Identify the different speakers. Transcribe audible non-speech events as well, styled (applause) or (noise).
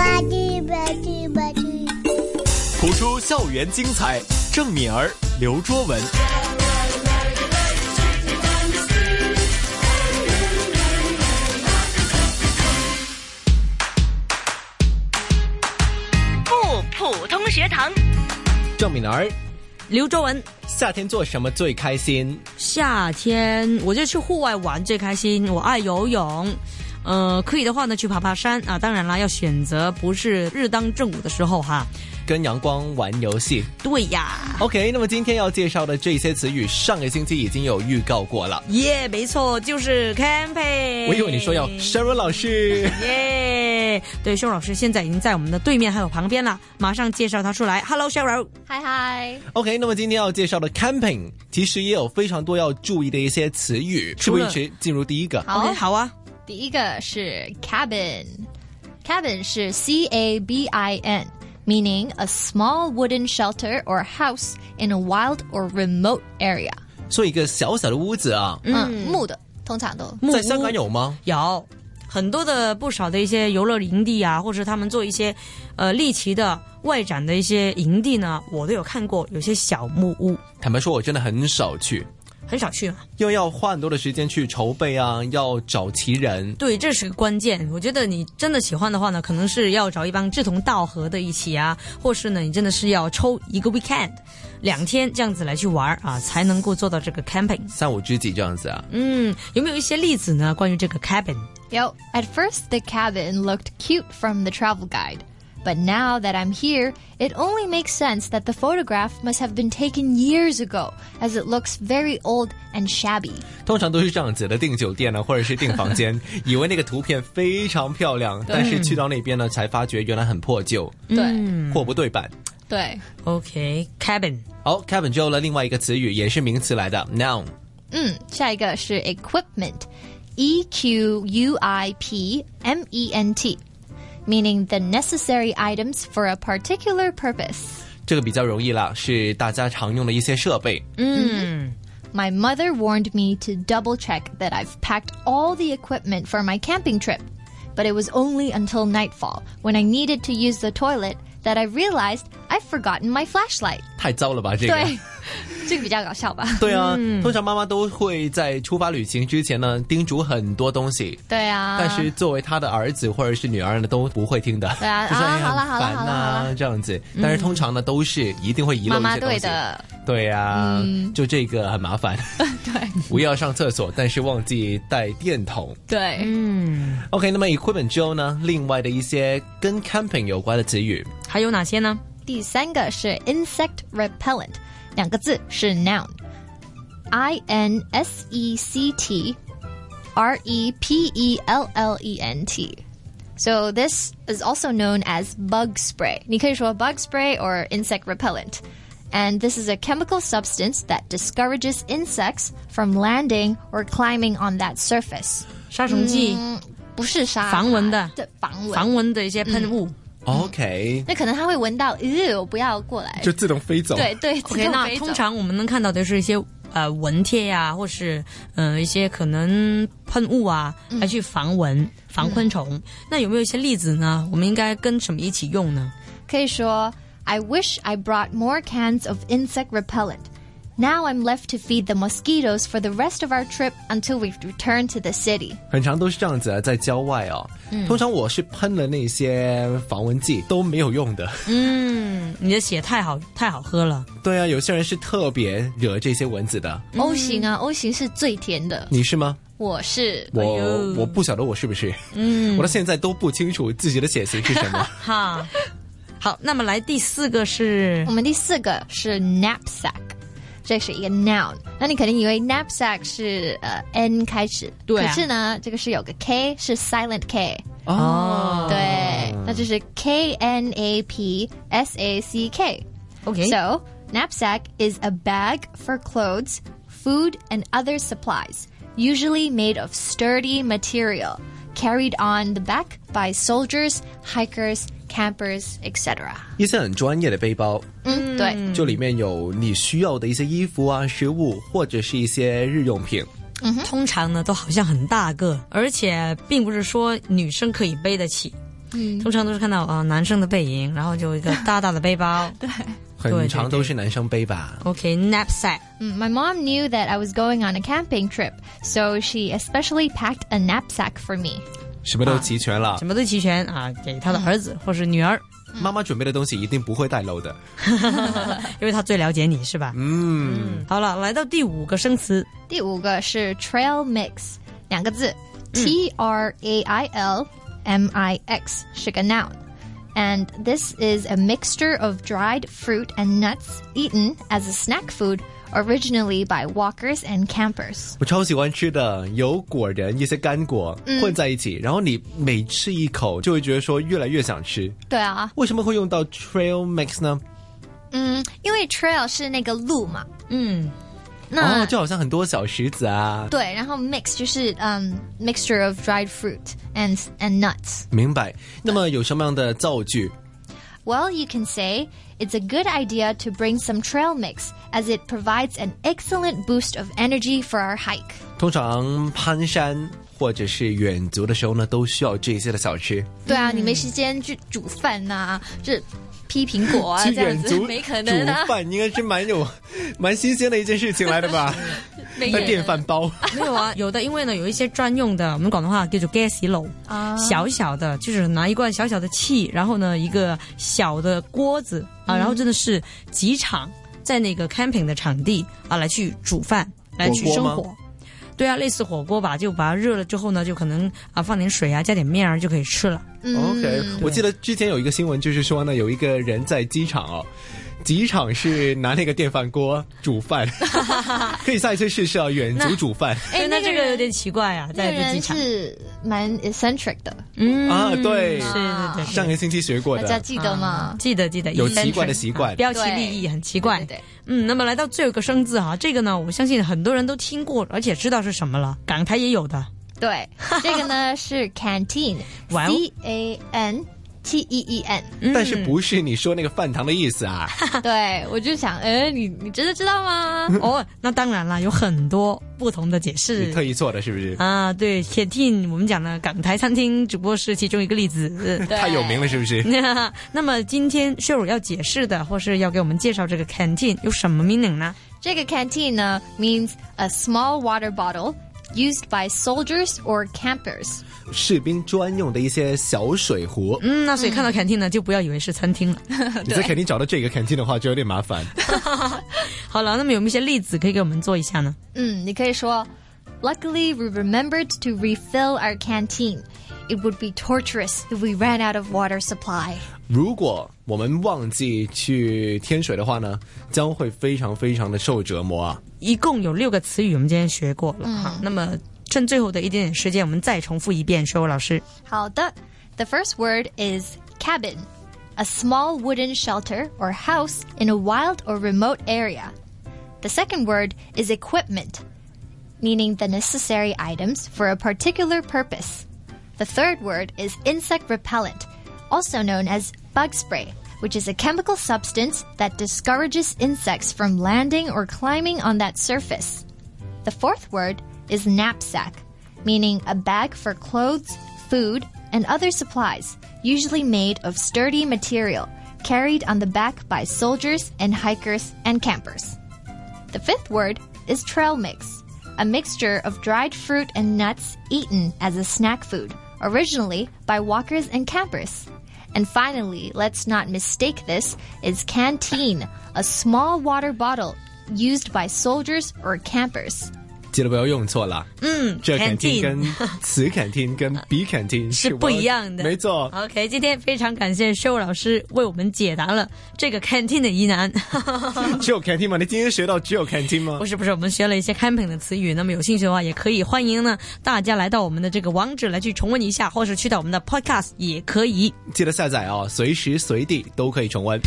Speaker 1: 去吧去吧去！
Speaker 2: 谱出校园精彩，郑敏儿、刘卓文。
Speaker 3: 不普通学堂，
Speaker 2: 郑敏儿，
Speaker 4: 刘周文，
Speaker 2: 夏天做什么最开心？
Speaker 4: 夏天我就去户外玩最开心，我爱游泳。呃，可以的话呢，去爬爬山啊！当然啦，要选择不是日当正午的时候哈。
Speaker 2: 跟阳光玩游戏。
Speaker 4: 对呀，
Speaker 2: OK，那么今天要介绍的这些词语，上个星期已经有预告过了。
Speaker 4: 耶、没错，就是 camping。
Speaker 2: 我以为你说要 Sharon 老
Speaker 4: (laughs)
Speaker 2: 师。
Speaker 4: 耶对，秀老师现在已经在我们的对面还有旁边了，马上介绍他出来。Hello，秀柔。
Speaker 5: 嗨嗨，
Speaker 2: OK，那么今天要介绍的 camping 其实也有非常多要注意的一些词语，是
Speaker 4: 除
Speaker 2: 不
Speaker 4: 了
Speaker 2: 是？直接进入第一个，
Speaker 5: 好
Speaker 4: OK，好啊。
Speaker 5: 第一个是 cabin，cabin 是 C A B I N，meaning a small wooden shelter or house in a wild or remote area。
Speaker 2: 做一个小小的屋子啊，
Speaker 5: 嗯，木的通常都
Speaker 4: 木
Speaker 2: 在
Speaker 4: 屋
Speaker 2: 香港有吗？
Speaker 4: 有很多的不少的一些游乐营地啊，或者他们做一些呃猎奇的外展的一些营地呢，我都有看过，有些小木屋
Speaker 2: 坦白说，我真的很少去，
Speaker 4: 很少去嘛。啊
Speaker 2: 因为要花很多的时间去筹备啊，要找齐人。
Speaker 4: 对，这是个关键。我觉得你真的喜欢的话呢，可能是要找一帮志同道合的一起啊，或是呢，你真的是要抽一个 weekend 两天这样子来去玩儿啊，才能够做到这个 camping。
Speaker 2: 三五知己这样子啊，
Speaker 4: 嗯，有没有一些例子呢？关于这个 cabin？
Speaker 5: 有。At first, the cabin looked cute from the travel guide. But now that I'm here, it only makes sense that the photograph must have been taken years ago, as it looks very old and shabby.
Speaker 2: 通常都是这样子的，订酒店呢， (laughs) 或者是订房
Speaker 5: (laughs)
Speaker 2: 间，以为那个图片非常漂亮，但是去到那边呢，才发觉原来很破旧，
Speaker 5: 嗯
Speaker 2: 货不对版。
Speaker 5: 对对，
Speaker 4: OK，cabin、
Speaker 2: 好，Kevin 之后呢，另外一个词语也是名词来的 noun。
Speaker 5: 嗯，下一个是 equipment，e q u i p m e n t，meaning the necessary items for a particular purpose。
Speaker 2: 这个比较容易啦，是大家常用的一些设备。
Speaker 5: 嗯 My mother warned me to double check that I've packed all the equipment for my camping trip, but it was only until nightfall when I needed to use the toilet that I realized I've forgotten my flashlight。
Speaker 2: 太糟了吧，这个。
Speaker 5: 对， (laughs) 嗯这个比较搞笑吧？
Speaker 2: 对啊，通常妈妈都会在出发旅行之前呢，叮嘱很多东西。
Speaker 5: 对啊，
Speaker 2: 但是作为他的儿子或者是女儿呢，都不会听的。
Speaker 5: 对啊
Speaker 2: 就是
Speaker 5: 啊
Speaker 2: 哎呀
Speaker 5: 好了
Speaker 2: 很
Speaker 5: 好了
Speaker 2: 烦
Speaker 5: 好了
Speaker 2: 呐
Speaker 5: 好了
Speaker 2: 这样子。但是通常呢，都是一定会遗嗯漏
Speaker 5: 妈
Speaker 2: 一
Speaker 5: 妈
Speaker 2: 些东
Speaker 5: 对
Speaker 2: 西。
Speaker 5: 的，
Speaker 2: 对呀、就这个很麻 (laughs) 烦。
Speaker 5: 对
Speaker 2: 我要上厕所，但是忘记带电筒。
Speaker 5: 对。
Speaker 2: OK，那么 equipment 之后呢，另外的一些跟 camping 有关的词语，
Speaker 4: 还有哪些呢？
Speaker 5: 第三个是 insect repellent，两个字是 noun，i n s e c t r e p e l l e n t。So this is also known as bug spray. 你可以说 bug spray or insect repellent. And this is a chemical substance that discourages insects from landing or climbing on that surface.
Speaker 4: 杀虫剂、
Speaker 5: 不是杀
Speaker 4: 防蚊的
Speaker 5: 对防蚊，
Speaker 4: 防蚊的一些喷雾。
Speaker 2: OK，
Speaker 5: 那可能它会闻到，呃，不要过来。
Speaker 2: (laughs) 就自动飞走。
Speaker 5: 对对
Speaker 4: OK，那通常我们能看到的是一些呃蚊贴呀、或是呃一些可能喷雾啊，来去防蚊、防昆虫。那有没有一些例子呢？我们应该跟什么一起用呢？
Speaker 5: 可以说 I wish I brought more cans of insect repellent. Now I'm left to feed the mosquitoes for the rest of our trip until we return to the city.
Speaker 2: 很长都是这样子啊，在郊外哦。通常我是喷了那些防蚊剂都没有用的。
Speaker 4: 嗯，你的血太好太好喝了，
Speaker 2: 对啊，有些人是特别惹这些蚊子的，
Speaker 4: Mm.
Speaker 5: O 型啊，O 型是最甜的。
Speaker 2: 你是吗？
Speaker 5: 我是
Speaker 2: 我、我不晓得我是不是，嗯，我到现在都不清楚自己的血型是什么。
Speaker 4: 哈。 (laughs) 好，那么来第四个是
Speaker 5: 我们第四个是 knapsack，这是一个 noun。那你肯定以为 knapsack 是呃 n 开始，
Speaker 4: 对啊
Speaker 5: 可是呢，这个是有个 k 是 silent k，、
Speaker 2: 哦，
Speaker 5: 对，那就是 k n a p s a c k。
Speaker 4: OK，
Speaker 5: So, knapsack is a bag for clothes, food, and other supplies, usually made of sturdy material, carried on the back by soldiers, hikers, campers, etc.
Speaker 2: 一些很专业的背包，
Speaker 5: 嗯，对，
Speaker 2: 就里面有你需要的一些衣服啊、食物或者是一些日用品。
Speaker 4: 嗯通常呢都好像很大个，而且并不是说女生可以背得起。嗯，通常都是看到啊、呃男生的背影，然后就一个大大的背 (laughs) 包
Speaker 2: 很长都是男生背吧。
Speaker 4: ，OK knapsack。
Speaker 5: Mm, My mom knew that I was going on a camping trip, so she especially packed a knapsack for me.
Speaker 2: 什么都齐全了，
Speaker 4: 什么都齐全啊，给他的儿子或是女儿，
Speaker 2: 妈妈准备的东西一定不会带漏的。
Speaker 4: 因为他最了解你是吧？
Speaker 2: 嗯，
Speaker 4: 好了，来到第五个生词，
Speaker 5: 第五个是 trail mix 两个字、T R A I L M I X 是个 noun, and this is a mixture of dried fruit and nuts eaten as a snack food originally by walkers and campers.
Speaker 2: 我超喜欢吃的，有果仁、一些干果混在一起，然后你每吃一口就会觉得说越来越想吃。
Speaker 5: 对啊，
Speaker 2: 为什么会用到 trail mix 呢？
Speaker 5: 因为 trail 是那个路嘛，
Speaker 4: 嗯，
Speaker 5: 那、
Speaker 2: 哦，就好像很多小石子啊。
Speaker 5: 对，然后 mix 就是嗯、mixture of dried fruit and and nuts。
Speaker 2: 明白。那么有什么样的造句？
Speaker 5: Well, you can say it's a good idea to bring some trail mix as it provides an excellent boost of energy for our hike.
Speaker 2: 通常攀山或者是远足的时候呢，都需要这些的小吃。
Speaker 5: 对啊，你没时间去煮饭呐、就是劈苹果啊，
Speaker 2: (laughs) 去
Speaker 5: 这样
Speaker 2: 远
Speaker 5: 子
Speaker 2: 足
Speaker 5: (laughs) 没可能啊
Speaker 2: 煮，饭应该是蛮有蛮新鲜的一件事情来的吧？
Speaker 5: (laughs) 没可
Speaker 2: 那电
Speaker 5: 能。
Speaker 2: 饭 (laughs) 煲。
Speaker 4: (laughs) 没有啊，有的，因为呢有一些专用的，我们广东话叫做 gas 炉，
Speaker 5: 啊
Speaker 4: 小小的，就是拿一罐小小的气，然后呢一个小的锅子啊，然后真的是几场在那个 camping 的场地啊来去煮饭，来去生
Speaker 2: 火锅
Speaker 4: 火。对啊，类似火锅吧，就把它热了之后呢，就可能啊放点水啊，加点面啊就可以吃了。
Speaker 2: 哦 OK，我
Speaker 5: 嗯
Speaker 2: 记得之前有一个新闻，就是说呢，有一个人在机场哦，机场是拿那个电饭锅煮
Speaker 5: (laughs)
Speaker 2: 饭，可以下一次试试啊，远足煮饭
Speaker 4: 哎那
Speaker 5: 那个
Speaker 4: 这个
Speaker 5: 人
Speaker 4: 有点奇怪啊，
Speaker 5: 那
Speaker 4: 在
Speaker 5: 个
Speaker 4: 在机
Speaker 5: 人
Speaker 4: 场，
Speaker 5: 是蛮 eccentric 的，
Speaker 4: 嗯
Speaker 2: 啊，对，
Speaker 4: 是对对，
Speaker 2: 上个星期学过
Speaker 5: 大家
Speaker 2: 的，
Speaker 5: 记得吗？
Speaker 4: 嗯记得记得，
Speaker 2: 有
Speaker 4: eccentric，
Speaker 2: 奇怪的习惯
Speaker 4: 啊标奇
Speaker 5: 对
Speaker 4: 立异，很奇怪。
Speaker 5: 对对对
Speaker 4: 嗯，那么来到最后一个生字哈、这个呢，我相信很多人都听过，而且知道是什么了。港台也有
Speaker 2: (laughs)
Speaker 4: 的，
Speaker 5: 对，这个呢是 canteen，C
Speaker 4: 哇哦
Speaker 5: A N T E E
Speaker 2: (laughs)
Speaker 5: N。
Speaker 2: 但是不是你说那个饭堂的意思啊？
Speaker 5: 对，我就想，哎，你你真的知道吗？
Speaker 4: 哦，那当然啦，有很多不同的解
Speaker 2: 你
Speaker 4: 释
Speaker 2: 特意做的是不是？
Speaker 4: 啊。对，canteen 我们讲的港台餐厅只不过是其中一个例
Speaker 2: (laughs)
Speaker 4: 子。
Speaker 5: 对
Speaker 2: 太有名了是不嗯
Speaker 4: 嗯
Speaker 2: 是？
Speaker 4: (laughs) 那么今天 Sheryl 要解释的，或是要给我们介绍这个 canteen 有什么 meaning 呢？
Speaker 5: 这个 canteen uh, means a small water bottle used by soldiers or campers.
Speaker 2: 士兵专用的一些小水壶，
Speaker 4: 嗯，那所以看到 canteen 呢，就不要以为是餐厅了。
Speaker 2: 你在肯定找到这个 canteen 的话就有点麻烦。
Speaker 4: 好了，那么有没有一些例子可以给我们做一下呢？
Speaker 5: Mm, Luckily, we remembered to refill our canteen. It would be torturous if we ran out of water supply.
Speaker 2: 如果我们忘记去添水的话呢，将会非常非常的受折磨啊。
Speaker 4: 一共有六个词语，我们今天学过
Speaker 2: 嗯
Speaker 4: 了哈。那么趁最后的一点点时间，我们再重复一遍，收老师。
Speaker 5: 好的，the first word is cabin, a small wooden shelter or house in a wild or remote area. The second word is equipment, meaning the necessary items for a particular purpose. The third word is insect repellent, also known as bug spray, which is a chemical substance that discourages insects from landing or climbing on that surface. The fourth word is knapsack, meaning a bag for clothes, food, and other supplies, usually made of sturdy material, carried on the back by soldiers and hikers and campers. The fifth word is trail mix, a mixture of dried fruit and nuts eaten as a snack food, originally by walkers and campers. And finally, let's not mistake this, is canteen, a small water bottle used by soldiers or campers.
Speaker 2: 记得不要用错了。嗯，这 canteen
Speaker 4: canteen
Speaker 2: 跟此 canteen 跟彼 canteen
Speaker 4: (laughs) 是不一样的，哦
Speaker 2: 完没错。
Speaker 4: OK，今天非常感谢 show 老师为我们解答了这个 canteen 的疑难。 (laughs)
Speaker 2: 只有 canteen 吗？你今天学到只有 canteen 吗
Speaker 4: 不？是不是，我们学了一些 camping 的词语，那么有兴趣的话，也可以欢迎呢大家来到我们的这个网址来去重温一下，或是去到我们的 podcast 也可以。
Speaker 2: 记得下载哦，随时随地都可以重温。